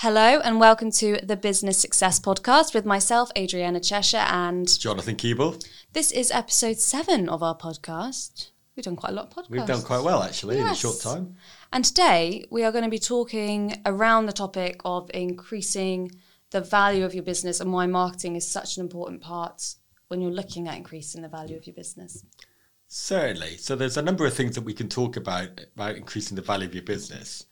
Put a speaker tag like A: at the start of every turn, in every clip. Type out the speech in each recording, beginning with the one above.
A: Hello and welcome to the Business Success Podcast with myself, Adriana Cheshire, and
B: Jonathan Keeble.
A: this is episode seven of our podcast. We've done quite a lot of podcasts.
B: We've done quite well actually in a short
A: Yes.
B: time.
A: And today we are going to be talking around the topic of increasing the value of your business and why marketing is such an important part when you're looking at increasing the value of your business.
B: Certainly. So there's a number of things that we can talk about about increasing the value of your business.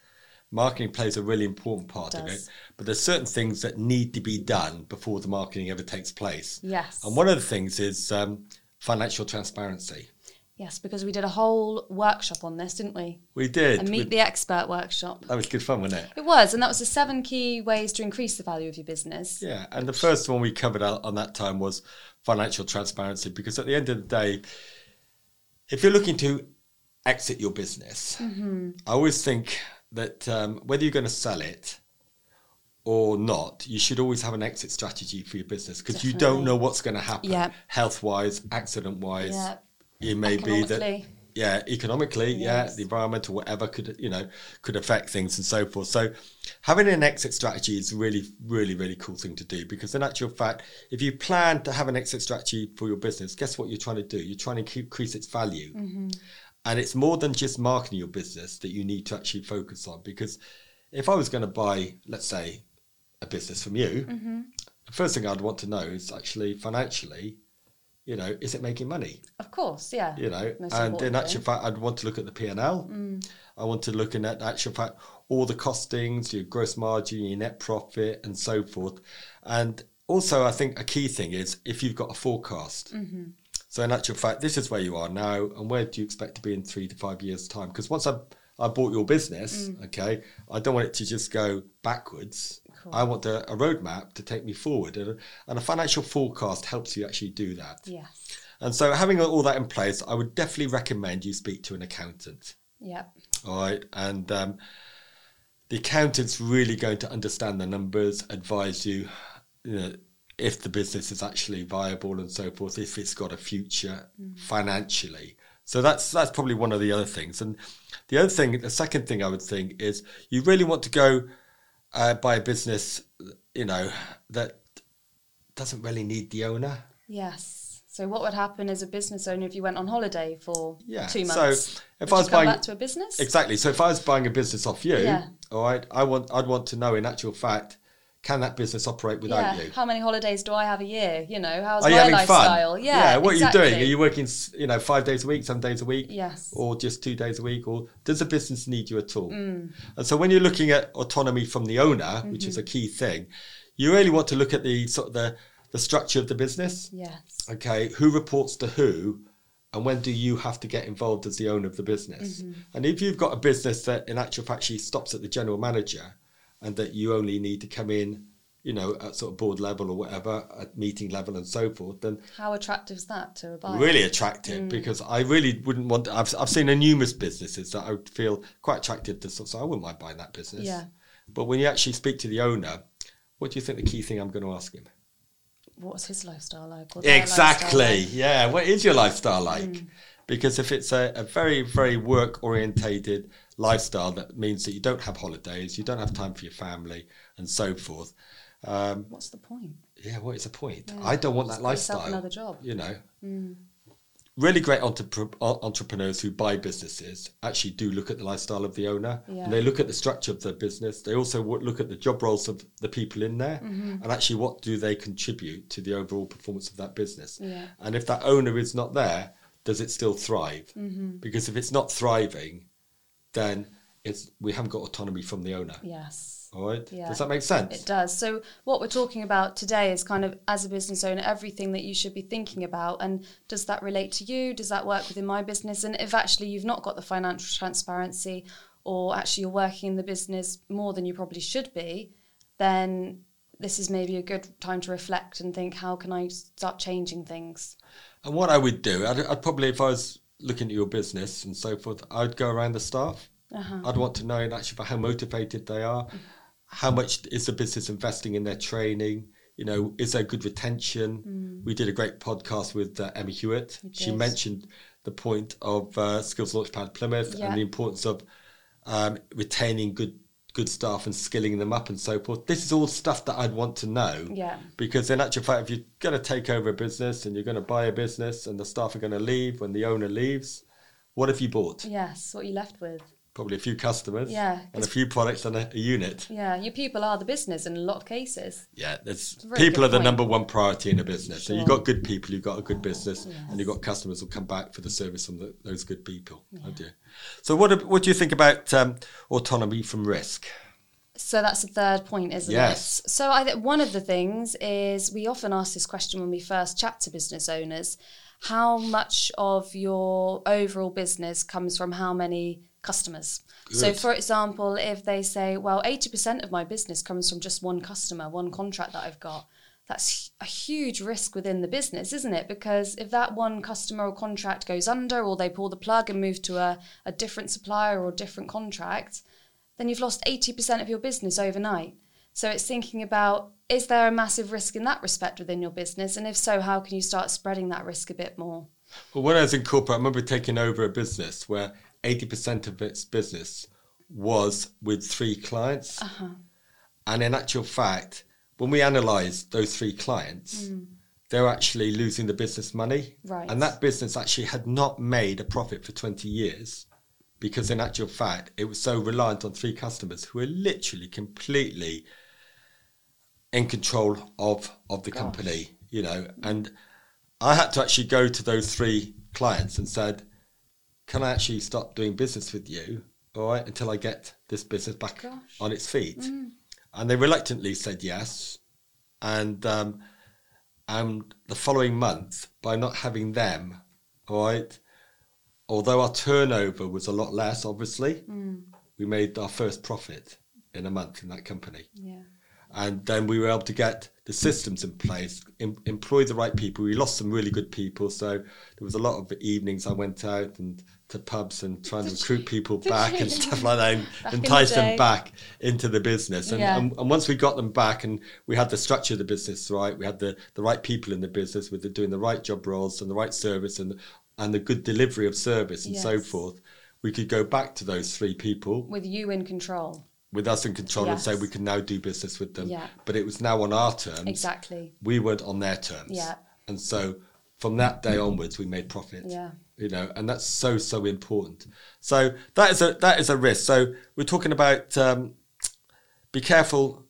B: Marketing plays a really important part of
A: does.
B: it, but there's certain things that need to be done before the marketing ever takes place.
A: Yes.
B: And one of the things is um, financial transparency.
A: Yes, because we did a whole workshop on this, didn't we?
B: We did.
A: A Meet
B: We-
A: the Expert workshop.
B: that was good fun, wasn't it?
A: It was, and that was the seven key ways to increase the value of your business.
B: Yeah, and the first one we covered out on that time was financial transparency because at the end of the day, if you're looking to exit your business,
A: Mm-hmm.
B: I always think that um, whether you're going to sell it or not, you should always have an exit strategy for your business because you don't
A: Definitely.
B: know what's going to happen
A: Yeah.
B: health wise, accident wise.
A: Yeah.
B: It may be that
A: Economically.
B: yeah, economically,
A: Yes.
B: yeah, the environmental, whatever could you know could affect things and so forth. So, having an exit strategy is really, really, really cool thing to do because in actual fact, if you plan to have an exit strategy for your business, guess what you're trying to do? You're trying to keep- increase its value, and it's more than just marketing your business that you need to actually focus on. Because if I was going to buy, let's say, a business from you, the first thing I'd want to know is actually financially, you know, is it making money?
A: Of course, yeah.
B: you know
A: Most Mm.
B: and in
A: importantly.
B: actual fact i'd want to look at the p&l i want to look in at actual fact all the costings your gross margin your net profit and so forth and also i think a key thing is if you've got a forecast
A: Mm-hmm.
B: so in actual fact this is where you are now and where do you expect to be in three to five years time because once i've I bought your business,
A: Mm.
B: okay. I don't want it to just go backwards. I want a, a roadmap to take me forward, and a, and a financial forecast helps you actually do that.
A: Yes.
B: And so, having all that in place, I would definitely recommend you speak to an accountant.
A: Yep.
B: All right. And um, the accountant's really going to understand the numbers, advise you, you know, if the business is actually viable and so forth, if it's got a future
A: Mm-hmm.
B: financially. So that's that's probably one of the other things. And the other thing, the second thing I would think is you really want to go uh, buy a business, you know, that doesn't really need the owner.
A: Yes. So what would happen as a business owner if you went on holiday for
B: Yeah,
A: two
B: so
A: months?
B: if
A: Would
B: I
A: you
B: was
A: come
B: buying-
A: back to a business,
B: Exactly. So if I was buying a business off you,
A: Yeah.
B: all right, I want I'd want to know in actual fact, can that business operate without
A: yeah.
B: you?
A: How many holidays do I have a year? You know, how's
B: Are you
A: my
B: having
A: lifestyle?
B: fun?
A: Yeah. exactly.
B: What are you doing? Are you working, s- you know, five days a week, seven days a week,
A: Yes.
B: or just two days a week, or does the business need you at all?
A: Mm.
B: And so when you're looking at autonomy from the owner, which
A: Mm-hmm.
B: is a key thing, you really want to look at the sort of the the structure of the business.
A: Yes.
B: okay, who reports to who, and when do you have to get involved as the owner of the business? And if you've got a business that, in actual fact, she stops at the general manager, and that you only need to come in, you know, at sort of board level or whatever, at meeting level and so forth, then
A: How attractive is that to a buyer?
B: really attractive because I really wouldn't want. I've I've seen a numerous businesses that I would feel quite attractive to, so so I wouldn't mind buying that business.
A: Yeah.
B: But when you actually speak to the owner, what do you think the key thing I'm going to ask him?
A: What's his lifestyle like? or their
B: Exactly.
A: lifestyle Mm. like?
B: Yeah. What is your lifestyle like? Because if it's a, a very, very work orientated lifestyle, that means that you don't have holidays, you don't have time for your family, and so forth. Um,
A: What's the point?
B: yeah, what is the point?
A: Yeah.
B: I don't want that
A: Just get yourself
B: lifestyle.
A: another job.
B: You know,
A: Mm.
B: really great entrep- entrepreneurs who buy businesses actually do look at the lifestyle of the owner.
A: Yeah.
B: And they look at the structure of the business. They also wo- look at the job roles of the people in there
A: Mm-hmm.
B: and actually what do they contribute to the overall performance of that business.
A: Yeah.
B: And if that owner is not there, does it still thrive?
A: Mm-hmm.
B: Because if it's not thriving, then it's we haven't got autonomy from the owner.
A: Yes.
B: All right.
A: Yeah.
B: Does that make sense?
A: It does. So, what we're talking about today is kind of as a business owner, everything that you should be thinking about. And does that relate to you? Does that work within my business? And if actually you've not got the financial transparency, or actually you're working in the business more than you probably should be, then this is maybe a good time to reflect and think, how can I start changing things?
B: And what I would do, I'd, I'd probably, if I was looking at your business and so forth, I'd go around the staff. I'd want to know in actual fact how motivated they are, how much is the business investing in their training. You know, is there good retention? We did a great podcast with uh, Emma Hewitt. She
A: did.
B: mentioned the point of uh, Skills Launchpad Plymouth
A: Yeah.
B: and the importance of um, retaining good good staff and skilling them up and so forth. This is all stuff that I'd want to know.
A: Yeah.
B: Because in actual fact, if you're going to take over a business and you're going to buy a business and the staff are going to leave when the owner leaves, what have you bought?
A: Yes, what are you left with?
B: Probably a few customers
A: Yeah,
B: and a
A: it's-
B: few products and a, a unit.
A: Yeah, your people are the business in a lot of cases.
B: Yeah, there's
A: a really
B: people
A: good
B: are the
A: point.
B: number one priority in a business. So you've
A: Sure.
B: got good people, you've got a good business,
A: Yes.
B: and you've got customers who'll come back for the service from the, those good people. I do. So what ab- what do you think about um, autonomy from risk?
A: So that's the third point, isn't
B: Yes.
A: it? So I think one of the things is we often ask this question when we first chat to business owners: how much of your overall business comes from how many customers? So,
B: Good.
A: for example, if they say, "Well, eighty percent of my business comes from just one customer, one contract that I've got." That's hu- a huge risk within the business, isn't it? Because if that one customer or contract goes under, or they pull the plug and move to a, a different supplier or different contract, then you've lost 80% of your business overnight. So it's thinking about is there a massive risk in that respect within your business? And if so, how can you start spreading that risk a bit more?
B: Well, when I was in corporate, I remember taking over a business where 80% of its business was with three clients. And in actual fact, when we analysed those three clients, they're actually losing the business money.
A: Right.
B: And that business actually had not made a profit for 20 years because, in actual fact, it was so reliant on three customers who were literally completely in control of, of the company, you know. And I had to actually go to those three clients and said, can I actually stop doing business with you? All right, until I get this business back
A: Gosh.
B: on its feet. And they reluctantly said yes. And um, and the following month, by not having them, all right, although our turnover was a lot less, obviously, we made our first profit in a month in that company
A: Yeah.
B: and then we were able to get the systems in place, em- employ the right people. We lost some really good people, so there was a lot of evenings I went out and to pubs and trying to
A: Did
B: recruit people
A: did
B: back
A: you?
B: and stuff like that, and
A: Back in the
B: entice
A: day.
B: them back into the business. And,
A: Yeah.
B: and, and once we got them back, and we had the structure of the business right, we had the, the right people in the business with the, doing the right job roles and the right service and and the good delivery of service and so
A: Yes.
B: forth. We could go back to those three people
A: With you in control.
B: with us in control and
A: Yes.
B: say we can now do business with them.
A: Yeah.
B: But it was now on our terms.
A: Exactly.
B: We weren't on their terms.
A: Yeah.
B: And so from that day onwards, we made profit.
A: Yeah.
B: You know, and that's so so important. So that is a that is a risk. So we're talking about um, be careful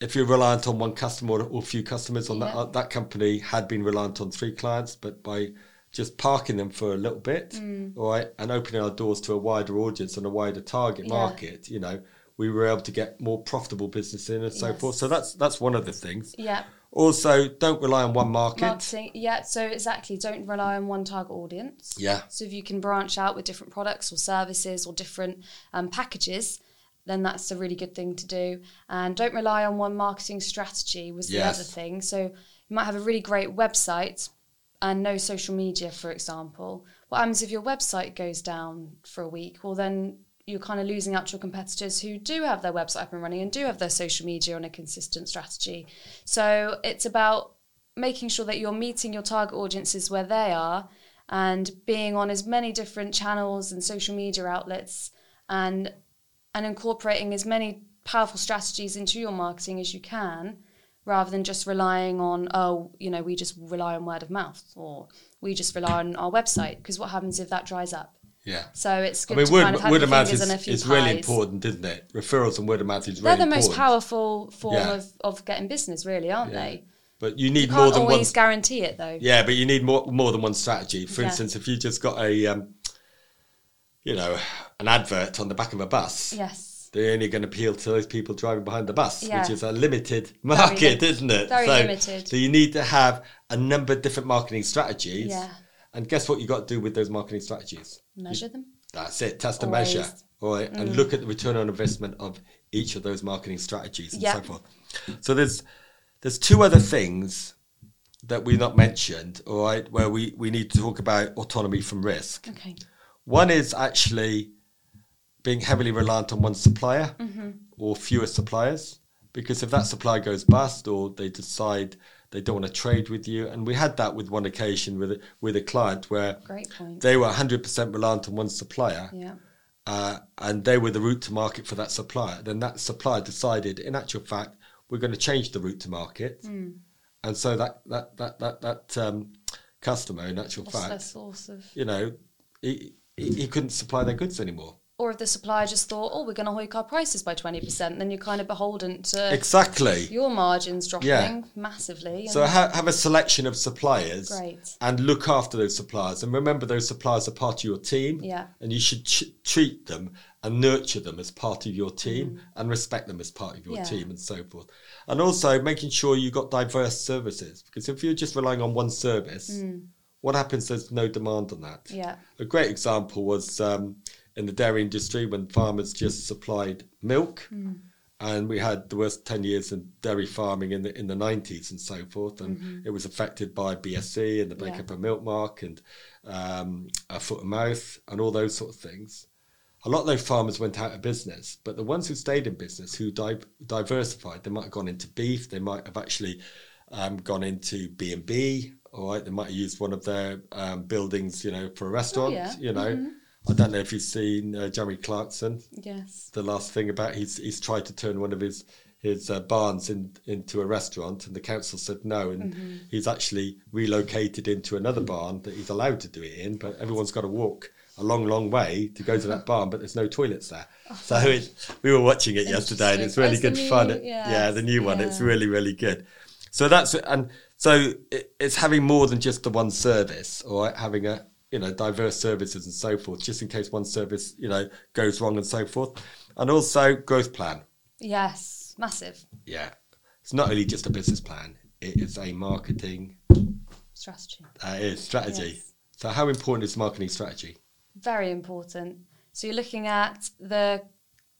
B: if you're reliant on one customer or, or few customers. On that
A: Yeah.
B: uh, that company had been reliant on three clients, but by just parking them for a little bit,
A: Mm.
B: all right, and opening our doors to a wider audience and a wider target
A: Yeah.
B: market, you know, we were able to get more profitable business in and so
A: Yes.
B: forth. So that's that's one of the things.
A: Yeah.
B: Also, don't rely on one market.
A: Marketing. Yeah. So exactly. Don't rely on one target audience.
B: Yeah.
A: So if you can branch out with different products or services or different um, packages, then that's a really good thing to do. And don't rely on one marketing strategy was the
B: Yes.
A: other thing. So you might have a really great website and no social media, for example. What happens if your website goes down for a week? Well, then you're kind of losing out to your competitors who do have their website up and running and do have their social media on a consistent strategy. So it's about making sure that you're meeting your target audiences where they are and being on as many different channels and social media outlets and and incorporating as many powerful strategies into your marketing as you can rather than just relying on oh you know we just rely on word of mouth or we just rely on our website because what happens if that dries up
B: Yeah.
A: so it's
B: I
A: good
B: mean,
A: to
B: word,
A: kind of have
B: word
A: your
B: of mouth
A: fingers
B: is,
A: in a few
B: is really
A: pies.
B: important, isn't it? Referrals and word of mouth is
A: they're
B: really
A: the most
B: important.
A: powerful form
B: Yeah.
A: of, of getting business really aren't
B: Yeah.
A: they
B: But you need
A: you
B: more
A: can't
B: than one.
A: always guarantee it though
B: Yeah, but you need more more than one strategy. For
A: Yeah.
B: instance, if you just got a, um, you know, an advert on the back of a bus,
A: yes
B: they're only going to appeal to those people driving behind the bus,
A: Yeah.
B: which is a limited market,
A: lim-
B: isn't it?
A: very
B: so,
A: limited.
B: So you need to have a number of different marketing strategies.
A: Yeah.
B: And guess what you got to do with those marketing strategies?
A: measure them
B: That's it. Test and
A: Always. Mm.
B: measure. All right. And look at the return on investment of each of those marketing strategies and
A: Yeah.
B: so forth. So there's there's two other things that we've not mentioned, all right, where we, we need to talk about autonomy from risk.
A: okay
B: One is actually being heavily reliant on one supplier
A: Mm-hmm.
B: or fewer suppliers, because if that supplier goes bust or they decide They don't want to trade with you. And we had that with one occasion with a, with a client where
A: Great point.
B: they were 100% reliant on one supplier
A: Yeah.
B: uh, and they were the route to market for that supplier. Then that supplier decided, in actual fact, we're going to change the route to market. And so that, that, that, that, that um, customer, in actual
A: What's their
B: fact,
A: source of?
B: you know, he, he, he couldn't supply their goods anymore.
A: Or if the supplier just thought, oh, we're going to hike our prices by twenty percent, then you're kind of beholden to
B: Exactly.
A: your margins dropping
B: Yeah.
A: massively.
B: So
A: and-
B: ha- have a selection of suppliers
A: Great.
B: and look after those suppliers. And remember, those suppliers are part of your team.
A: Yeah.
B: And you should ch- treat them and nurture them as part of your team and respect them as part of your
A: Mm-hmm. Yeah.
B: team and so forth. And also making sure you've got diverse services because if you're just relying on one service, what happens? There's no demand on that.
A: Mm. yeah,
B: A great example was um, in the dairy industry when farmers just supplied milk, and we had the worst ten years in dairy farming in the in the nineties and so forth, and it was affected by BSE and the breakup of Milk Mark and um, uh, foot and mouth and all those sort of things. A lot of those farmers went out of business, but the ones who stayed in business, who di- diversified, they might have gone into beef, they might have actually um, gone into B and B. All right, they might have used one of their um, buildings, you know, for a restaurant.
A: yeah.
B: You know, I don't know if you've seen uh, Jeremy Clarkson.
A: yes,
B: The last thing about he's he's tried to turn one of his his uh, barns in, into a restaurant, and the council said no, and
A: Mm-hmm.
B: he's actually relocated into another barn that he's allowed to do it in, but everyone's got to walk. A long, long way to go to that barn, but there's no toilets there. So it, we were watching it yesterday, and it's
A: Interesting.
B: really
A: Oh,
B: good
A: it's the
B: fun.
A: new-
B: It-
A: yeah,
B: yeah, the new one. It's
A: yeah.
B: really, really good. So that's and so it, it's having more than just the one service, or having a you know diverse services and so forth, just in case one service you know goes wrong and so forth, and also growth plan.
A: yes, massive
B: Yeah, it's not only just a business plan; it is a marketing
A: strategy.
B: uh, it is strategy.
A: Yes.
B: So how important is marketing strategy?
A: very important. So you're looking at the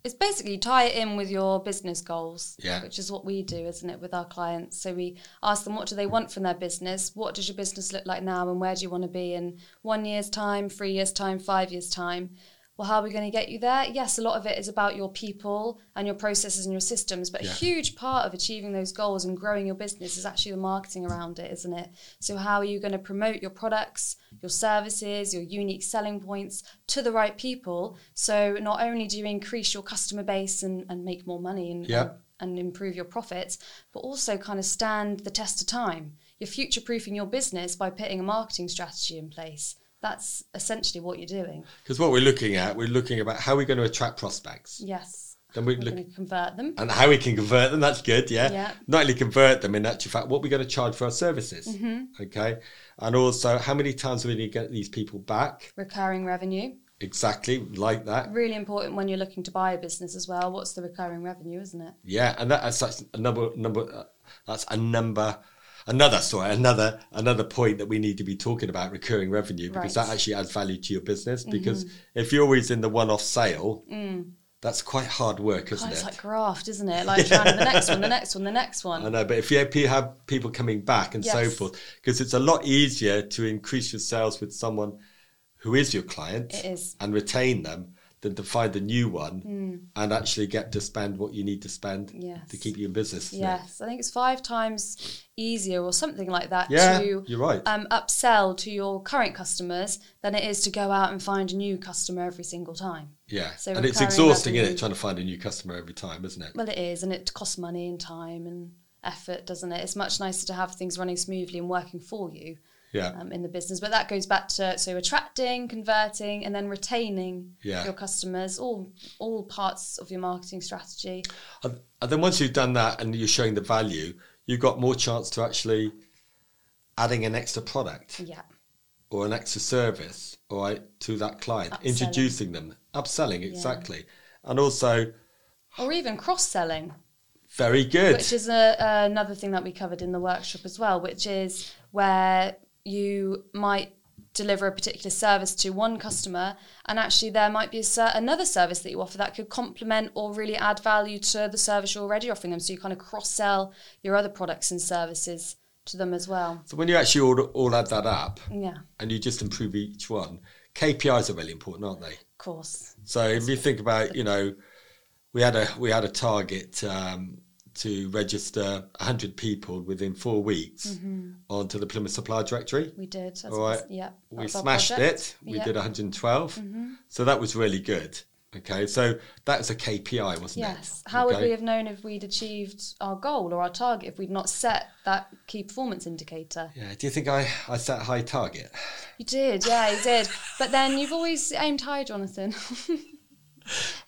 A: it's basically tie it in with your business goals,
B: Yeah.
A: which is what we do, isn't it, with our clients? So we ask them what do they want from their business, what does your business look like now, and where do you want to be in one year's time, three years' time, five years' time? Well, how are we going to get you there? Yes, a lot of it is about your people and your processes and your systems, but
B: Yeah.
A: a huge part of achieving those goals and growing your business is actually the marketing around it, isn't it? So, how are you going to promote your products, your services, your unique selling points to the right people? So, not only do you increase your customer base and, and make more money and,
B: Yeah.
A: and improve your profits, but also kind of stand the test of time. You're future proofing your business by putting a marketing strategy in place. That's essentially what you're doing.
B: Because what we're looking at, we're looking about how we're going to attract
A: Mm.
B: prospects.
A: Yes.
B: Then we
A: We're
B: look
A: going to convert them.
B: and how we can convert them. That's good, yeah.
A: Yeah.
B: Not only convert them in actual fact, what we're going to charge for our services,
A: Mm-hmm.
B: okay, and also how many times are we going to get these people back?
A: Recurring revenue.
B: Exactly like that,
A: Really important when you're looking to buy a business as well. What's the recurring revenue, isn't it?
B: yeah. And that, that's such a number, number. Uh, that's a number. Another sorry, another another point that we need to be talking about recurring revenue because
A: Right. Mm-hmm.
B: that actually adds value to your business. Because if you're always in the one-off sale, that's quite hard work, isn't
A: Mm. God, it's
B: it?
A: like graft, isn't it? Like trying to the next one, the next one, the next
B: I
A: one.
B: know, but if you have- have people coming back and so
A: Yes.
B: forth, because it's a lot easier to increase your sales with someone who is your client
A: It is. Mm.
B: and retain them than to find a new one and actually get to spend what you need to spend
A: Yes.
B: to keep you in business. isn't it?
A: Yes, I think it's five times easier or something like that
B: Yeah,
A: to
B: you're right.
A: um, upsell to your current customers than it is to go out and find a new customer every single time.
B: Yeah.
A: So
B: and it's
A: recurring
B: exhausting, isn't
A: revenue.
B: it, trying to find a new customer every time, isn't it?
A: Well, it is, and it costs money and time and effort, doesn't it? It's much nicer to have things running smoothly and working for you
B: Yeah.
A: um, in the business. But that goes back to so attracting, converting, and then retaining
B: Yeah.
A: your customers. All all parts of your marketing strategy.
B: And and then once you've done that and you're showing the value, you've got more chance to actually adding an extra product.
A: Yeah,
B: or an extra service all right, to that client,
A: Upselling.
B: introducing them, upselling exactly, and also
A: or even cross selling.
B: very good.
A: Which is a, another thing that we covered in the workshop as well, which is where you might deliver a particular service to one customer, and actually there might be a ser- another service that you offer that could complement or really add value to the service you're already offering them. So you kind of cross sell your other products and services to them as well.
B: so when you actually all, all add that up
A: Yeah, of
B: and you just improve each one, KPIs are really important, aren't they?
A: course.
B: So if you think about, you know, we had a we had a target um, to register 100 people within four weeks
A: Mm-hmm.
B: onto the Plymouth Supply Directory.
A: We did. That's,
B: All right.
A: Yeah.
B: We
A: that's our
B: smashed
A: project.
B: it. We
A: Yeah. Mm-hmm.
B: did 112. So that was really good. Okay, so that was a KPI, wasn't it?
A: Yes. How would
B: Okay.
A: we have known if we'd achieved our goal or our target if we'd not set that key performance indicator?
B: Yeah. Do you think I, I set a high target?
A: You did, yeah, you did. But then you've always aimed high, Jonathan.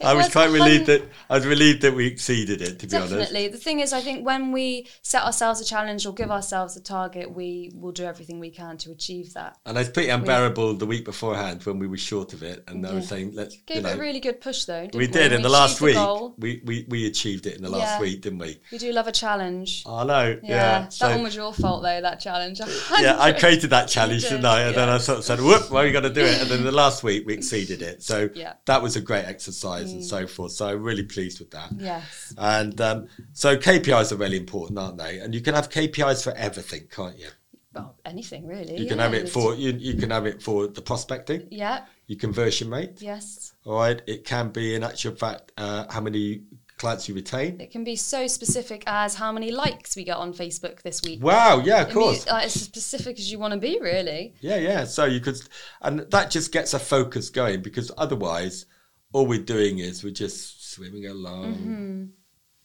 A: It
B: I was quite
A: hun-
B: relieved that I was relieved that we exceeded it. To be honest.
A: Definitely. The thing is, I think when we set ourselves a challenge or give ourselves a target, we will do everything we can to achieve that.
B: And it's pretty unbearable the week beforehand when we were short of it, and I was
A: Yeah.
B: saying, "Let's."
A: Gave
B: you know,
A: it a really good push, though. Didn't
B: we did in the
A: achieved
B: last week.
A: goal.
B: We, we we achieved it in the last
A: Yeah.
B: week, didn't we?
A: We do love a challenge.
B: I know.
A: Yeah,
B: Oh, Yeah.
A: that
B: so-
A: one was your fault, though. That challenge.
B: yeah, I created that challenge,
A: did,
B: didn't I? And then
A: yeah.
B: I sort of said, whoop, well, we got to do it. And then the last week we exceeded it. So
A: Yeah. Mm.
B: that was a great exercise and so forth. So I'm really pleased with that.
A: Yes.
B: And um, so KPIs are really important, aren't they? And you can have KPIs for everything, can't you?
A: Well, anything really.
B: You can
A: yeah.
B: have it for you, you can have it for the prospecting,
A: Yeah.
B: your conversion rate.
A: Yes.
B: All right, it can be in actual fact uh, how many clients you retain.
A: It can be so specific as how many likes we get on Facebook this week.
B: Wow, yeah,
A: I
B: of
A: mean,
B: course.
A: like, as specific as you want to be, really.
B: Yeah, yeah. So you could, and that just gets a focus going because otherwise, all we're doing is we're just swimming along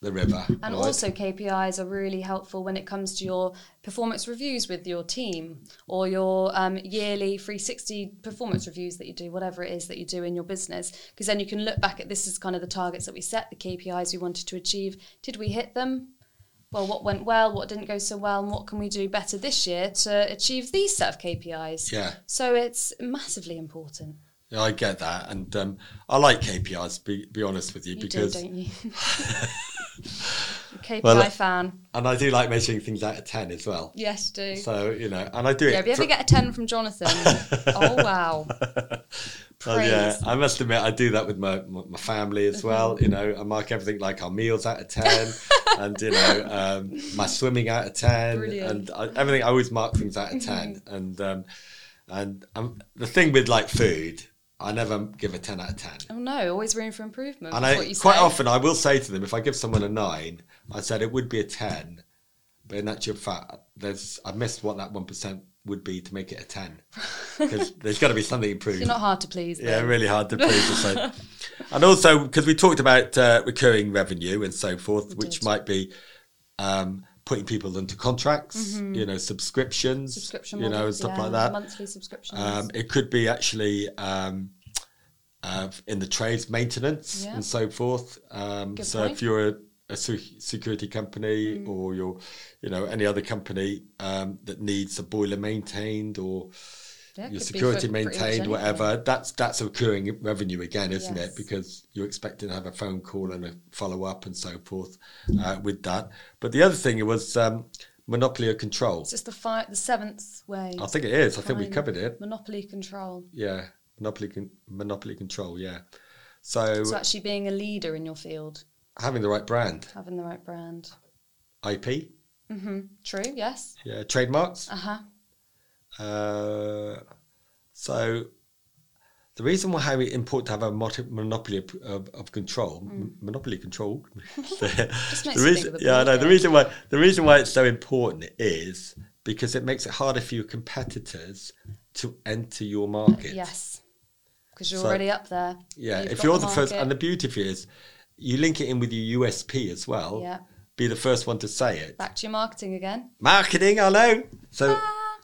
B: the river.
A: Mm-hmm. And
B: right?
A: also, KPIs are really helpful when it comes to your performance reviews with your team or your um, yearly 360 performance reviews that you do, whatever it is that you do in your business. Because then you can look back at this is kind of the targets that we set, the KPIs we wanted to achieve. Did we hit them? Well, what went well, what didn't go so well, and what can we do better this year to achieve these set of KPIs?
B: Yeah.
A: So it's massively important.
B: Yeah, I get that, and um, I like KPIs. Be, be honest with you,
A: You
B: because
A: do, don't you? KPI
B: Well, uh,
A: fan.
B: and I do like measuring things out of ten as well.
A: Yes, do.
B: So you know, and I do
A: yeah,
B: it.
A: if you ever
B: for-
A: get a 10 from Jonathan, oh wow.
B: Oh, yeah,
A: praise. Uh-huh.
B: I must admit, I do that with my my my family as well. You know, I mark everything like our meals out of ten, and you know, um, my swimming out of ten,
A: Brilliant. Mm-hmm.
B: and I, everything. I always mark things out of ten, and um, and um, the thing with like food, I never give a ten out of ten.
A: Oh no, always room for improvement.
B: And
A: is
B: I
A: what you
B: quite
A: say.
B: often I will say to them, if I give someone a nine, I said it would be a ten, but in actual fact, there's I missed what that one percent would be to make it a ten because there's got to be something improved.
A: You're not hard to please.
B: Yeah,
A: though.
B: really hard to please. to say. And also because we talked about uh, recurring revenue and so forth, which
A: did.
B: might be um, putting people into contracts, you know, subscriptions,
A: Mm-hmm. Subscription
B: you know, and
A: models,
B: stuff
A: yeah,
B: like that.
A: Monthly subscriptions.
B: Um, it could be actually um, uh, in the trades, maintenance,
A: Yeah.
B: and so forth. Um,
A: Good
B: so if
A: point. Mm.
B: you're a, a se- security company or you're, you know, any other company um, that needs a boiler maintained or
A: Yeah,
B: your
A: could be
B: security
A: for pretty much
B: maintained,
A: anything.
B: whatever. That's that's a recurring revenue again, isn't
A: Yes.
B: it? Because you're expecting to have a phone call and a follow up and so forth uh, with that. But the other thing was um, monopoly of control.
A: It's just the fi- the seventh way.
B: I think it is. I think we
A: Fine.
B: covered it.
A: Monopoly control.
B: Yeah, monopoly con- monopoly control. Yeah. So,
A: So actually being a leader in your field,
B: having the right brand,
A: having the right brand.
B: IP,
A: hmm True. Yes.
B: yeah, trademarks.
A: Uh huh.
B: Uh, so. The reason why it's important to have a mot- monopoly of, of, of control, m- monopoly control,
A: Mm. Just makes
B: the
A: you think
B: reason,
A: of the
B: yeah, I know. The
A: board
B: reason why the reason why it's so important is because it makes it harder for your competitors to enter your market.
A: game. Yes. Because you're
B: So-
A: already up there.
B: Yeah.
A: You've
B: if
A: got
B: you're the, first,
A: market.
B: and the beauty of it is, you link it in with your USP as well.
A: Yeah.
B: Be the first one to say it.
A: Back to your marketing again.
B: Marketing, I know. So.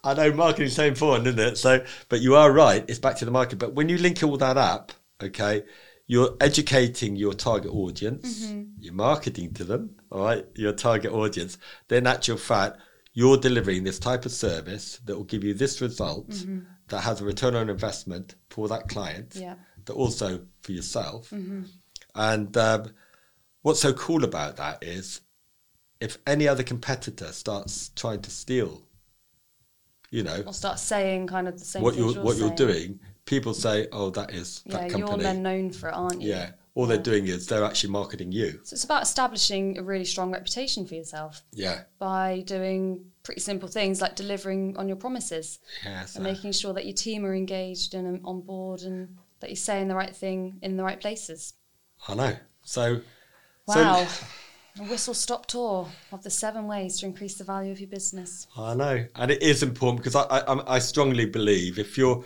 B: I know marketing's so important, isn't it? So, but you are right. It's back to the market. But when you link all that up, okay, you're educating your target audience. You're marketing to them, all right, your target audience. Then, in actual fact, you're delivering this type of service that will give you this result that has a return on investment for that client,
A: Yeah. mm-hmm.
B: but also for yourself. And um, what's so cool about that is if any other competitor starts trying to steal, you know,
A: Or start saying kind of the same
B: what
A: things
B: you're
A: you're
B: what
A: saying.
B: you're doing, people say, "Oh, that is
A: Yeah,
B: that
A: you're
B: company."
A: then known for it, aren't you?
B: yeah, all they're doing is they're actually marketing you.
A: So it's about establishing a really strong reputation for yourself
B: Yeah,
A: by doing pretty simple things like delivering on your promises
B: yeah. So,
A: and making sure that your team are engaged and um, on board and that you're saying the right thing in the right places.
B: I know. So, so
A: Wow. A whistle stop tour of the seven ways to increase the value of your business.
B: I know, and it is important because I, I I'm- I strongly believe if you're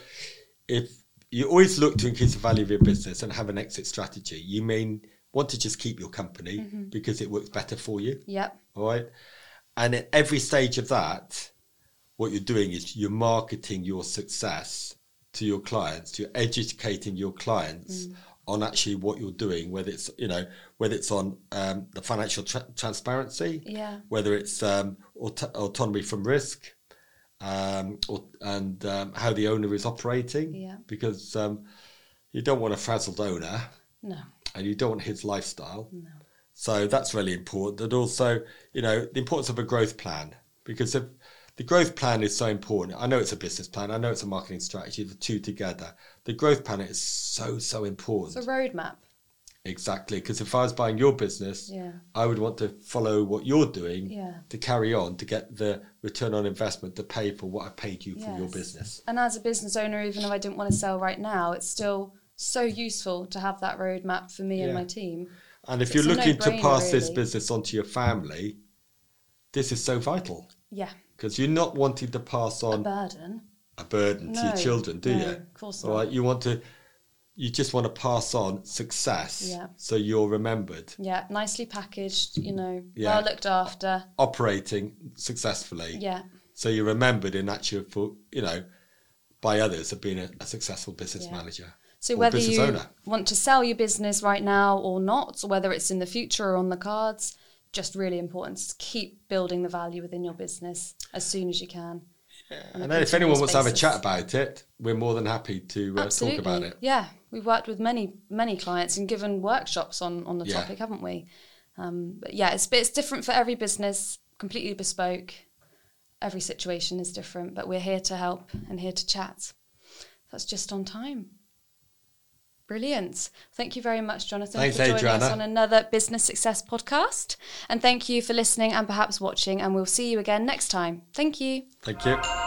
B: if you always look to increase the value of your business and have an exit strategy, you mean want to just keep your company because it works better for you,
A: Yep.
B: all right? And at every stage of that, what you're doing is you're marketing your success to your clients. You're educating your clients on actually what you're doing, whether it's you know whether it's on um, the financial tra- transparency,
A: Yeah.
B: whether it's um, aut- autonomy from risk um, or, and um, how the owner is operating.
A: Yeah.
B: Because um, you don't want a frazzled owner
A: No.
B: and you don't want his lifestyle.
A: No.
B: So that's really important. And also, you know, the importance of a growth plan because if the growth plan is so important. I know it's a business plan. I know it's a marketing strategy. The two together, the growth plan is so so important.
A: It's a roadmap.
B: Exactly, because if I was buying your business,
A: Yeah.
B: I would want to follow what you're doing
A: Yeah.
B: to carry on to get the return on investment to pay for what I paid you for your
A: Yes.
B: business.
A: And as a business owner, even if I didn't want to sell right now, it's still so useful to have that roadmap for me and
B: Yeah.
A: my team.
B: And if
A: It's
B: you're
A: a
B: looking to
A: no-brainer,
B: pass this
A: really.
B: business on to your family, this is so vital
A: Yeah.
B: because you're not wanting to pass
A: A
B: on
A: burden.
B: a burden to
A: No,
B: your children, do
A: no,
B: you?
A: Of course
B: All
A: not.
B: right, you want to, you just want to pass on success,
A: Yeah.
B: so you're remembered
A: Yeah. Nicely packaged, you know,
B: Yeah.
A: well looked after.
B: operating successfully.
A: Yeah.
B: So you're remembered in actual, for you know, by others of being a, a successful business
A: Yeah.
B: manager.
A: So
B: or
A: whether
B: business
A: you
B: owner.
A: want to sell your business right now or not, whether it's in the future or on the cards, just really important to keep building the value within your business as soon as you can. on a
B: And then if anyone wants to have a
A: continuous
B: chat about it, we're more than happy to uh,
A: Absolutely.
B: talk about it.
A: Yeah, we've worked with many many clients and given workshops on on the
B: Yeah.
A: topic, haven't we? Um, but yeah, it's it's different for every business, completely bespoke. Every situation is different, but we're here to help and here to chat. That's just on time. Brilliant. Thank you very much, Jonathan,
B: Thanks,
A: for joining us
B: Adriana.
A: on another Business Success podcast. And thank you for listening and perhaps watching, and we'll see you again next time. Thank you.
B: Thank you.